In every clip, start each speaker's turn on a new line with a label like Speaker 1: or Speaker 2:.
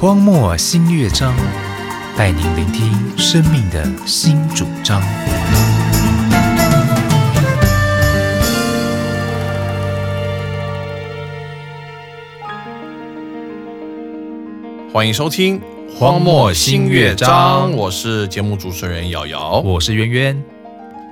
Speaker 1: 光墨新乐章，带您聆听生命的新主张。
Speaker 2: 欢迎收听《
Speaker 1: 荒漠新乐章
Speaker 2: 我是节目主持人瑶瑶。
Speaker 1: 我是圆圆，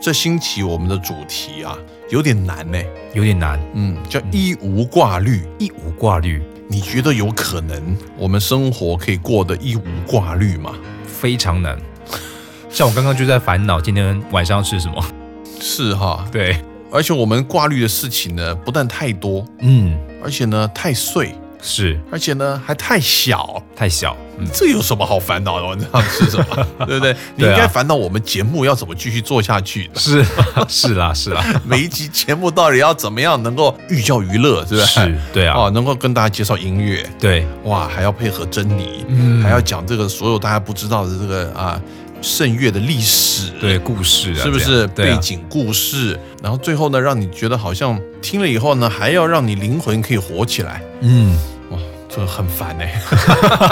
Speaker 2: 这星期我们的主题啊，有点难呢、
Speaker 1: 有点难，
Speaker 2: 嗯，叫一无挂虑。
Speaker 1: 一无挂虑，
Speaker 2: 你觉得有可能我们生活可以过得一无挂虑吗？
Speaker 1: 非常难。像我刚刚就在烦恼今天晚上要吃什么。
Speaker 2: 是哈，
Speaker 1: 对，
Speaker 2: 而且我们挂虑的事情呢，不但太多，
Speaker 1: 嗯，
Speaker 2: 而且呢太碎，
Speaker 1: 是
Speaker 2: 而且呢还太小。
Speaker 1: 太小，嗯，
Speaker 2: 这有什么好烦恼的？我知道是什么， 对不对？啊你应该烦恼我们节目要怎么继续做下去 呢。
Speaker 1: 是是啦是啦，
Speaker 2: 每一集节目到底要怎么样能够寓教于乐，是不是？
Speaker 1: 是，对啊，
Speaker 2: 哦，能够跟大家介绍音乐，
Speaker 1: 对，
Speaker 2: 哇，还要配合珍妮，
Speaker 1: 嗯
Speaker 2: 还要讲这个所有大家不知道的这个啊圣乐的历史，
Speaker 1: 对，，故事啊，
Speaker 2: 是不
Speaker 1: 这
Speaker 2: 是
Speaker 1: 样对
Speaker 2: 背
Speaker 1: 啊
Speaker 2: 景故事？然后最后呢，让你觉得好像听了以后呢，还要让你灵魂可以活起来，
Speaker 1: 嗯，
Speaker 2: 哇，这很烦哎。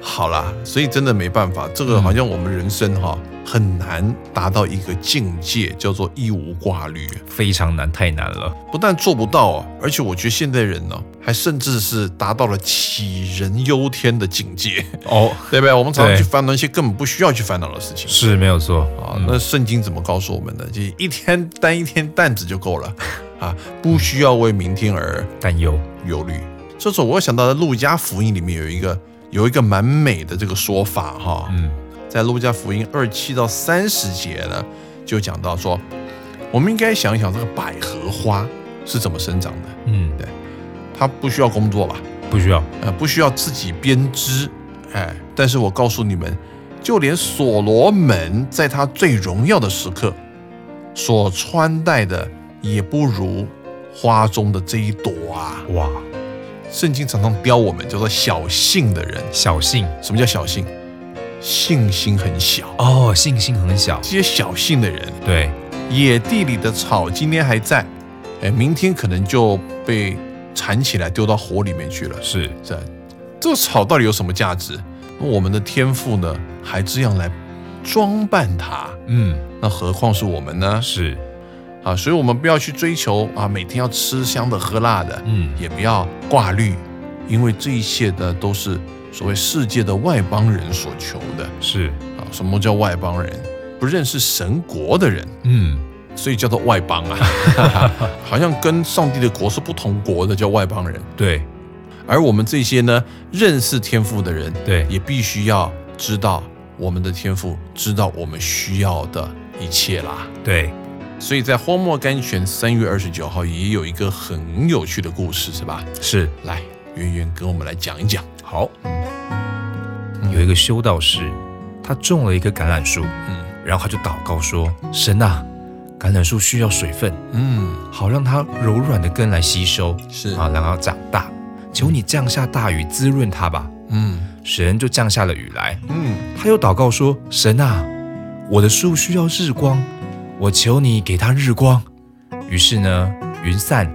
Speaker 2: 好啦，所以真的没办法，这个好
Speaker 1: 嗯
Speaker 2: 像我们人生哈、很难达到一个境界，叫做一无挂虑。
Speaker 1: 非常难，太难了。
Speaker 2: 不但做不到哦，而且我觉得现代人呢、还甚至是达到了杞人忧天的境界，
Speaker 1: 哦，
Speaker 2: 对不对？我们常常
Speaker 1: 对
Speaker 2: 去烦恼一些根本不需要去烦恼的事情。
Speaker 1: 是没有错
Speaker 2: 啊
Speaker 1: 啊，，
Speaker 2: 那圣经怎么告诉我们呢？就一天担一天担子就够了啊，不需要为明天而
Speaker 1: 担忧，
Speaker 2: 忧虑。这时候我又想到，在路加福音里面有一个有一个蛮美的这个说法哈，
Speaker 1: 嗯，
Speaker 2: 在路加福音二七到三十节呢，就讲到说，我们应该想一想这个百合花是怎么生长的。
Speaker 1: 嗯，
Speaker 2: 它不需要工作吧？
Speaker 1: 不需要，
Speaker 2: 呃，不需要自己编织，哎，但是我告诉你们，就连所罗门在他最荣耀的时刻，所穿戴的也不如花中的这一朵啊。
Speaker 1: 哇，
Speaker 2: 圣经常常标我们叫做小信的人，
Speaker 1: 小信
Speaker 2: 什么叫小信？信心很小。
Speaker 1: 哦，信心很小
Speaker 2: 这，些小信的人，
Speaker 1: 对，
Speaker 2: 野地里的草今天还在，哎，明天可能就被缠起来丢到火里面去了。
Speaker 1: 是
Speaker 2: 在这草到底有什么价值？我们的天赋呢，还这样来装扮它，
Speaker 1: 嗯，
Speaker 2: 那何况是我们呢？
Speaker 1: 是，
Speaker 2: 啊，所以我们不要去追求啊，每天要吃香的喝辣的，
Speaker 1: 嗯，
Speaker 2: 也不要挂虑，因为这一切呢，都是所谓世界的外邦人所求的
Speaker 1: 是，
Speaker 2: 啊。什么叫外邦人？不认识神国的人，
Speaker 1: 嗯，
Speaker 2: 所以叫做外邦啊，好像跟上帝的国是不同国的，叫外邦人。
Speaker 1: 对，
Speaker 2: 而我们这些呢，认识天赋的人，
Speaker 1: 对
Speaker 2: 也必须要知道我们的天赋，知道我们需要的一切啦。
Speaker 1: 对，
Speaker 2: 所以在荒漠甘泉三月二十九号也有一个很有趣的故事，是吧？
Speaker 1: 是。
Speaker 2: 来，圆圆跟我们来讲一讲。
Speaker 1: 好，有一个修道士，他种了一棵橄榄树，
Speaker 2: 嗯
Speaker 1: 然后他就祷告说：“神啊，橄榄树需要水分，
Speaker 2: 嗯，
Speaker 1: 好让它柔软的根来吸收，
Speaker 2: 是
Speaker 1: 啊，然后长大。求你降下大雨滋润它吧。”
Speaker 2: 嗯
Speaker 1: 神就降下了雨来。
Speaker 2: 嗯
Speaker 1: 他又祷告说：“神啊，我的树需要日光，我求你给它日光。”于是呢，云散，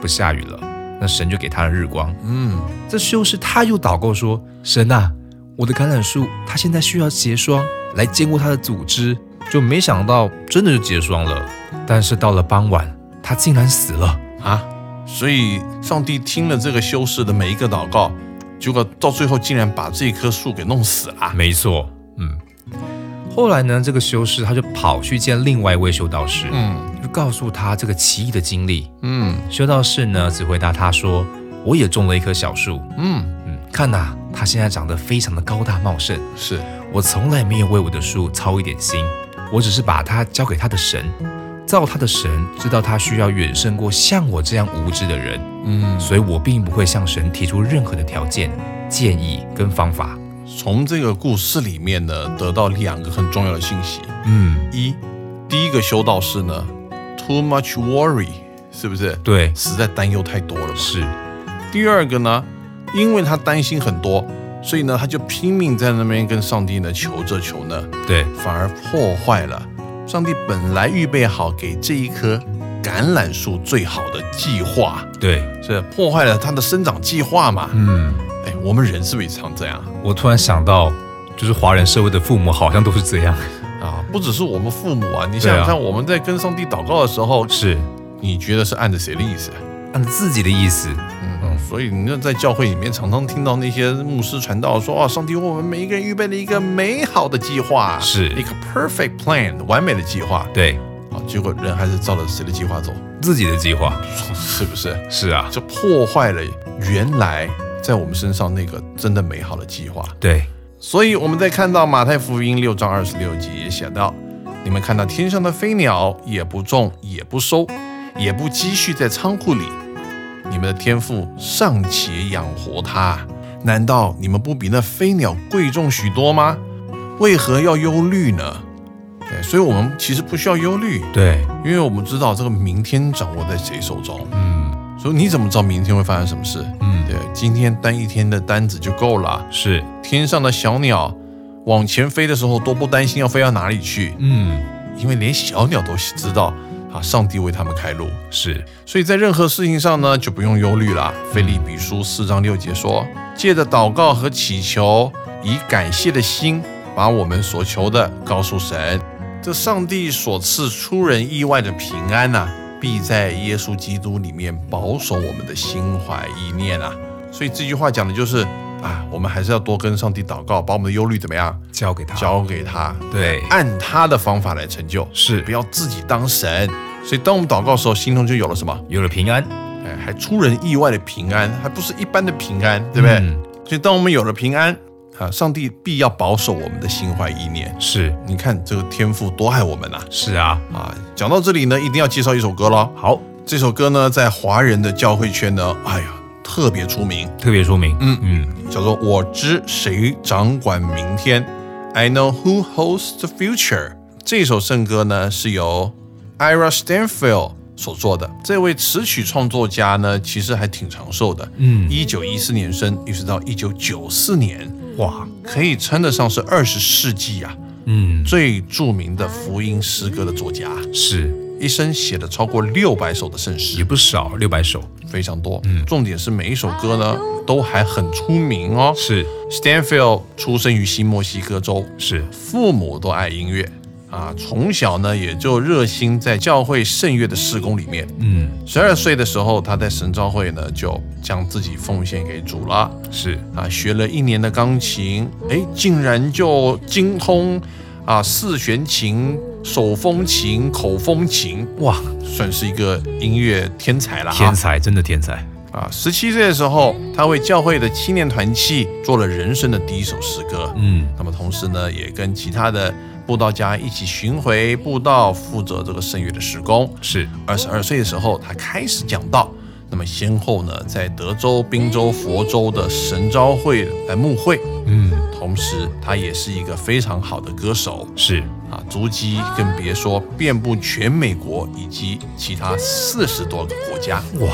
Speaker 1: 不下雨了。那神就给他了日光。
Speaker 2: 嗯
Speaker 1: 这修士他又祷告说：“神啊，我的橄榄树它现在需要结霜来坚固它的组织。”就没想到真的就结霜了。但是到了傍晚，它竟然死了。
Speaker 2: 啊，所以上帝听了这个修士的每一个祷告，结果到最后竟然把这棵树给弄死了。
Speaker 1: 没错，嗯。后来呢，这个修士他就跑去见另外一位修道士，
Speaker 2: 嗯
Speaker 1: 就告诉他这个奇异的经历。
Speaker 2: 嗯
Speaker 1: 修道士呢，只回答他说：“我也种了一棵小树，
Speaker 2: 嗯，
Speaker 1: 嗯，看呐、它现在长得非常的高大茂盛。
Speaker 2: 是
Speaker 1: 我从来没有为我的树操一点心，我只是把它交给他的神，造他的神知道他需要远胜过像我这样无知的人，
Speaker 2: 嗯。
Speaker 1: 所以我并不会向神提出任何的条件、建议跟方法。
Speaker 2: 从这个故事里面呢，得到两个很重要的信息：
Speaker 1: 嗯，
Speaker 2: 一，第一个修道士呢，too much worry，是不是？
Speaker 1: 对，
Speaker 2: 实在担忧太多了嘛。
Speaker 1: 是，
Speaker 2: 第二个呢，因为他担心很多，所以呢，他就拼命在那边跟上帝呢求这求那，
Speaker 1: 对，
Speaker 2: 反而破坏了上帝本来预备好给这一棵橄榄树最好的计划，
Speaker 1: 对，
Speaker 2: 是破坏了它的生长计划嘛？
Speaker 1: 嗯，
Speaker 2: 哎，我们人是不是也常这样
Speaker 1: 我突然想到，就是华人社会的父母好像都是这样，
Speaker 2: 啊？不只是我们父母啊，你
Speaker 1: 对
Speaker 2: 想想
Speaker 1: 啊
Speaker 2: 看，我们在跟上帝祷告的时候，
Speaker 1: 是
Speaker 2: 你觉得是按着谁的意思？
Speaker 1: 按自己的意思，
Speaker 2: 嗯，所以你就在教会里面常常听到那些牧师传道说：“哦，上帝为我们每一个人预备了一个美好的计划，
Speaker 1: 是
Speaker 2: 一个 perfect plan，完美的计划。
Speaker 1: 对”
Speaker 2: 啊，结果人还是照着谁的计划走，
Speaker 1: 自己的计划，
Speaker 2: 是不是？
Speaker 1: 是啊，
Speaker 2: 就破坏了原来在我们身上那个真的美好的计划。
Speaker 1: 对，
Speaker 2: 所以我们在看到马太福音六章二十六节也写到：“你们看到天上的飞鸟，也不种，也不收，也不积蓄在仓库里，你们的天赋尚且养活它，难道你们不比那飞鸟贵重许多吗？为何要忧虑呢？”哎，所以我们其实不需要忧虑，
Speaker 1: 对，
Speaker 2: 因为我们知道这个明天掌握在谁手中。
Speaker 1: 嗯，
Speaker 2: 所以你怎么知道明天会发生什么事？
Speaker 1: 嗯
Speaker 2: 对，今天单一天的单子就够了。
Speaker 1: 是，
Speaker 2: 天上的小鸟往前飞的时候，都不担心要飞到哪里去，
Speaker 1: 嗯，
Speaker 2: 因为连小鸟都知道啊，上帝为他们开路。
Speaker 1: 是，
Speaker 2: 所以在任何事情上呢，就不用忧虑了。菲利比书四章六节说：“借着祷告和祈求，以感谢的心，把我们所求的告诉神。这上帝所赐出人意外的平安呐、必在耶稣基督里面保守我们的心怀意念啊。”所以这句话讲的就是啊，我们还是要多跟上帝祷告，把我们的忧虑怎么样
Speaker 1: 交给他，哎
Speaker 2: 交给他，
Speaker 1: 对，
Speaker 2: 按他的方法来成就，
Speaker 1: 是
Speaker 2: 不要自己当神。所以当我们祷告的时候，心中就有了什么？
Speaker 1: 有了平安，
Speaker 2: 哎，还出人意外的平安，还不是一般的平安，对不对？
Speaker 1: 嗯
Speaker 2: 所以，当我们有了平安啊，上帝必要保守我们的心怀意念。
Speaker 1: 是，
Speaker 2: 你看这个天父多爱我们呐、
Speaker 1: 是啊，
Speaker 2: 啊！讲到这里呢，一定要介绍一首歌喽。
Speaker 1: 好，
Speaker 2: 这首歌呢，在华人的教会圈呢，哎呀，特别出名，
Speaker 1: 特别说明，
Speaker 2: 嗯
Speaker 1: 嗯，
Speaker 2: 叫做《我知谁掌管明天》，I know who holds the future。这首圣歌呢，是由 Ira Stanfield 所做的。这位词曲创作家呢，其实还挺长寿的，
Speaker 1: 嗯
Speaker 2: 一九一四年生，一直到一九九四年，
Speaker 1: 哇，
Speaker 2: 可以称得上是二十世纪啊
Speaker 1: 嗯，
Speaker 2: 最著名的福音诗歌的作家，
Speaker 1: 是，
Speaker 2: 一生写了超过六百首的圣诗
Speaker 1: 也。不少，六百首，
Speaker 2: 非常多。
Speaker 1: 嗯
Speaker 2: 重点是每一首歌呢都还很出名哦。
Speaker 1: 是
Speaker 2: Stanfield 出生于新墨西哥州，
Speaker 1: 是，
Speaker 2: 父母都爱音乐啊，从小呢也就热心在教会圣乐的事工里面。
Speaker 1: 嗯，
Speaker 2: 十二岁的时候，他在神召会呢就将自己奉献给主了。
Speaker 1: 是，
Speaker 2: 啊，学了一年的钢琴，哎，竟然就精通啊四弦琴、手风琴、口风琴，
Speaker 1: 哇，
Speaker 2: 算是一个音乐天才了哈。
Speaker 1: 天才，真的天才，
Speaker 2: 啊，十七岁的时候，他为教会的青年团契做了人生的第一首诗歌。
Speaker 1: 嗯，
Speaker 2: 那么同时呢，也跟其他的布道家一起巡回布道，负责这个圣乐的施工。
Speaker 1: 是，
Speaker 2: 二十二岁的时候，他开始讲道。那么先后呢，在德州、宾州、佛州的神召会来牧会。
Speaker 1: 嗯，
Speaker 2: 同时，他也是一个非常好的歌手
Speaker 1: 是，
Speaker 2: 啊，足迹更别说遍布全美国以及其他四十多个国家。
Speaker 1: 哇，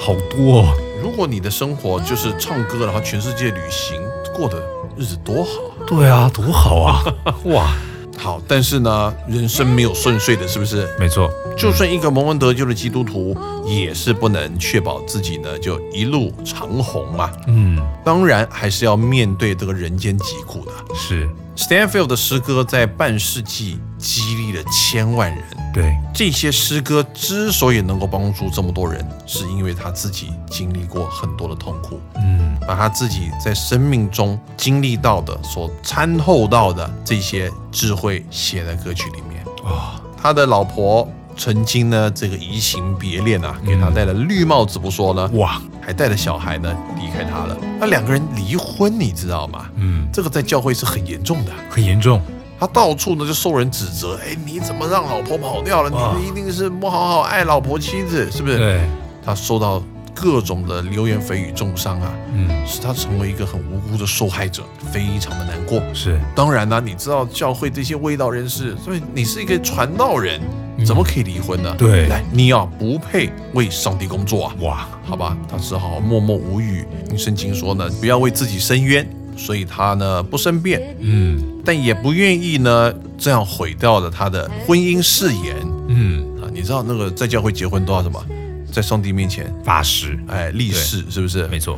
Speaker 1: 好多、哦。
Speaker 2: 如果你的生活就是唱歌，然后全世界旅行，过的日子多好。
Speaker 1: 对啊，多好啊！ 哇，
Speaker 2: 好，但是呢，人生没有顺遂的，是不是？
Speaker 1: 没错，
Speaker 2: 就算一个蒙恩得救的基督徒，也是不能确保自己呢就一路长虹啊。
Speaker 1: 嗯，
Speaker 2: 当然，还是要面对这个人间疾苦的。
Speaker 1: 是
Speaker 2: Stanfield 的诗歌在半世纪激励了千万人。
Speaker 1: 对，
Speaker 2: 这些诗歌之所以能够帮助这么多人，是因为他自己经历过很多的痛苦。
Speaker 1: 嗯，
Speaker 2: 把他自己在生命中经历到的、所参透到的这些智慧写在歌曲里面。
Speaker 1: 哇、
Speaker 2: 他的老婆曾经呢，这个移情别恋
Speaker 1: 嗯
Speaker 2: 啊，给他戴了绿帽子不说呢，
Speaker 1: 哇，
Speaker 2: 还带着小孩呢离开他了。那两个人离婚，你知道吗？
Speaker 1: 嗯，
Speaker 2: 这个在教会是很严重的，
Speaker 1: 很严重，
Speaker 2: 他到处呢就受人指责，哎，你怎么让老婆跑掉了？
Speaker 1: 哇
Speaker 2: 你一定是不好好爱老婆妻子，是不是？
Speaker 1: 对，
Speaker 2: 他受到各种的流言蜚语重伤啊，
Speaker 1: 嗯，
Speaker 2: 使他成为一个很无辜的受害者，非常的难过。
Speaker 1: 是
Speaker 2: 当然呢、你知道教会这些卫道人士，所以你是一个传道人，
Speaker 1: 嗯
Speaker 2: 怎么可以离婚呢？
Speaker 1: 对
Speaker 2: 来，你啊不配为上帝工作啊，
Speaker 1: 哇，
Speaker 2: 好吧？他只好默默无语。圣经说呢，不要为自己申冤，所以他呢不申辩，
Speaker 1: 嗯
Speaker 2: 但也不愿意呢这样毁掉了他的婚姻誓言
Speaker 1: 嗯，
Speaker 2: 啊。你知道那个在教会结婚都要什么？在上帝面前，
Speaker 1: 八十，
Speaker 2: 哎，立誓是不是？
Speaker 1: 没错，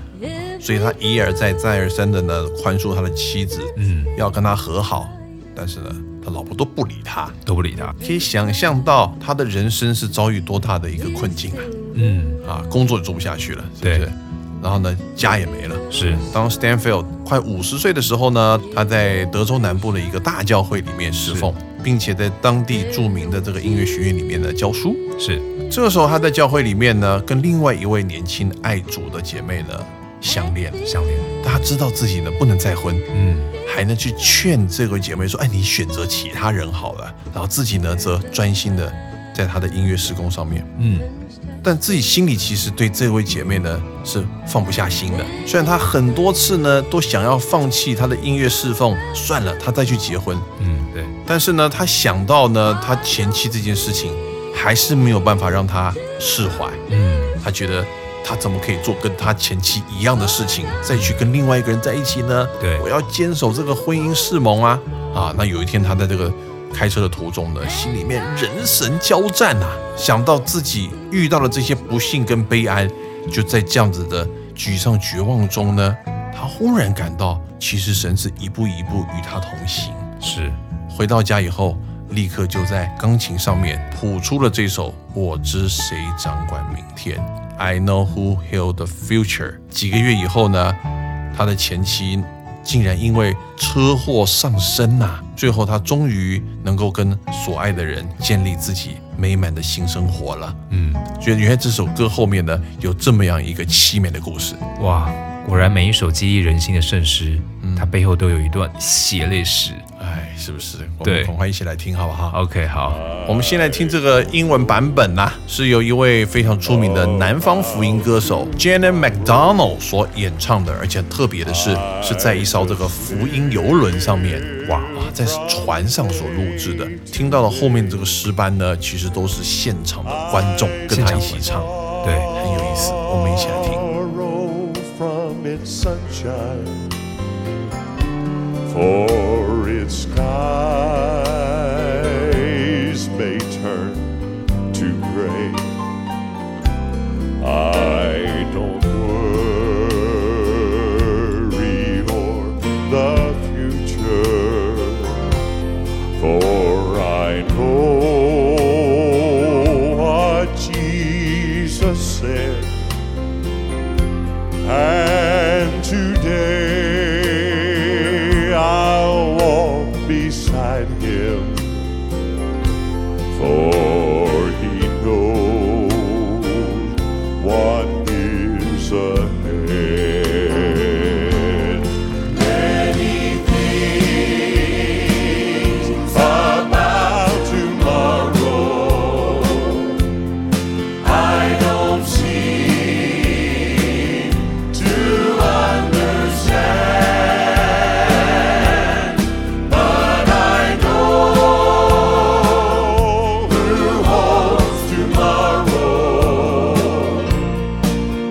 Speaker 2: 所以他一而再、再而三的呢宽恕他的妻子，
Speaker 1: 嗯，
Speaker 2: 要跟他和好，但是呢，他老婆都不理他。
Speaker 1: 都不理他，
Speaker 2: 可以想象到他的人生是遭遇多大的一个困境啊！
Speaker 1: 嗯，
Speaker 2: 啊，工作也做不下去了，是不是
Speaker 1: 对？
Speaker 2: 然后呢，家也没了。
Speaker 1: 是，
Speaker 2: 当 Stanfield 快五十岁的时候呢，他在德州南部的一个大教会里面侍奉，并且在当地著名的这个音乐学院里面呢教书。
Speaker 1: 是，
Speaker 2: 这个时候，他在教会里面呢，跟另外一位年轻爱主的姐妹呢相恋了。
Speaker 1: 相恋，
Speaker 2: 他知道自己呢不能再婚，
Speaker 1: 嗯，
Speaker 2: 还能去劝这位姐妹说：“哎，你选择其他人好了。”然后自己呢，则专心的在她的音乐施工上面。
Speaker 1: 嗯，
Speaker 2: 但自己心里其实对这位姐妹呢是放不下心的。虽然她很多次呢都想要放弃她的音乐侍奉，算了，她再去结婚。
Speaker 1: 嗯，对，
Speaker 2: 但是呢，她想到呢她前妻这件事情，还是没有办法让她释怀。
Speaker 1: 嗯，
Speaker 2: 她觉得她怎么可以做跟她前妻一样的事情，再去跟另外一个人在一起呢？
Speaker 1: 对
Speaker 2: 我要坚守这个婚姻誓盟啊！啊，那有一天她在这个开车的途中呢，心里面人神交战啊，想到自己遇到了这些不幸跟悲哀，就在这样子的沮丧绝望中呢，她忽然感到，其实神是一步一步与她同行。
Speaker 1: 是，
Speaker 2: 回到家以后，立刻就在钢琴上面谱出了这首《我知谁掌管明天》（I Know Who Held the Future）。几个月以后呢，他的前妻竟然因为车祸丧生呐、最后，他终于能够跟所爱的人建立自己美满的新生活了。
Speaker 1: 嗯，
Speaker 2: 觉得原来这首歌后面呢，有这么样一个凄美的故事。
Speaker 1: 哇，果然每一首激励人心的圣诗，它背后都有一段血泪史。
Speaker 2: 哎，是不是？我们
Speaker 1: 对
Speaker 2: 赶快一起来听好不好？
Speaker 1: OK，好，
Speaker 2: 我们先来听这个英文版本呐、是由一位非常出名的南方福音歌手 Janet McDonald 所演唱的，而且特别的是，是在一艘这个福音游轮上面，哇啊，在船上所录制的。听到了后面这个诗班呢，其实都是现场的观众跟他一起唱，
Speaker 1: 对，
Speaker 2: 很有意思。我们一起来听。
Speaker 3: Borrow from its sunshine for its skies may turn to gray I don't worry o'er the future for I know what Jesus said, and today I'll walk beside him, for he knows what is ahead. Many things about tomorrow. I don't seem to understand, but I know who holds tomorrow,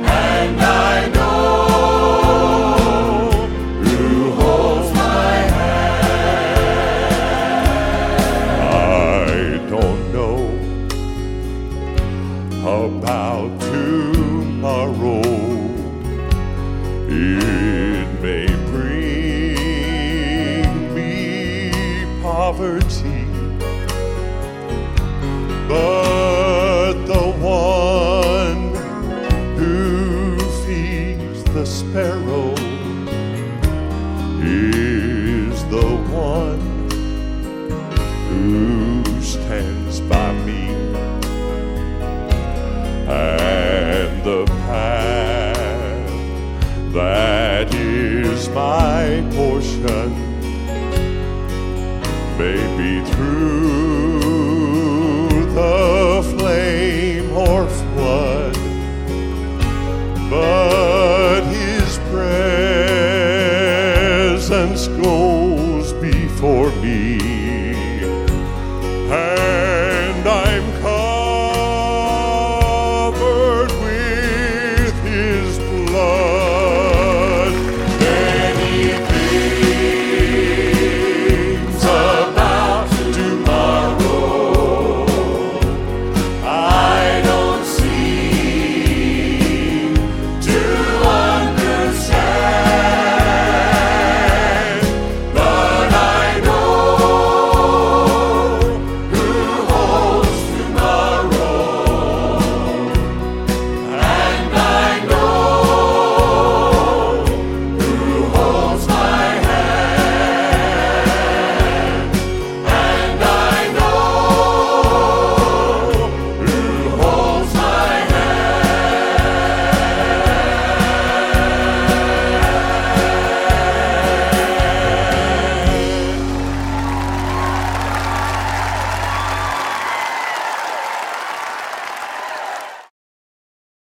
Speaker 3: and I know who holds my hand. I don't know about tomorrow. It may bring me poverty, but the one who feeds the sparrow is the one who stands by me and the path that is my portion may be through the flame or flood, but his presence goes before me and I'm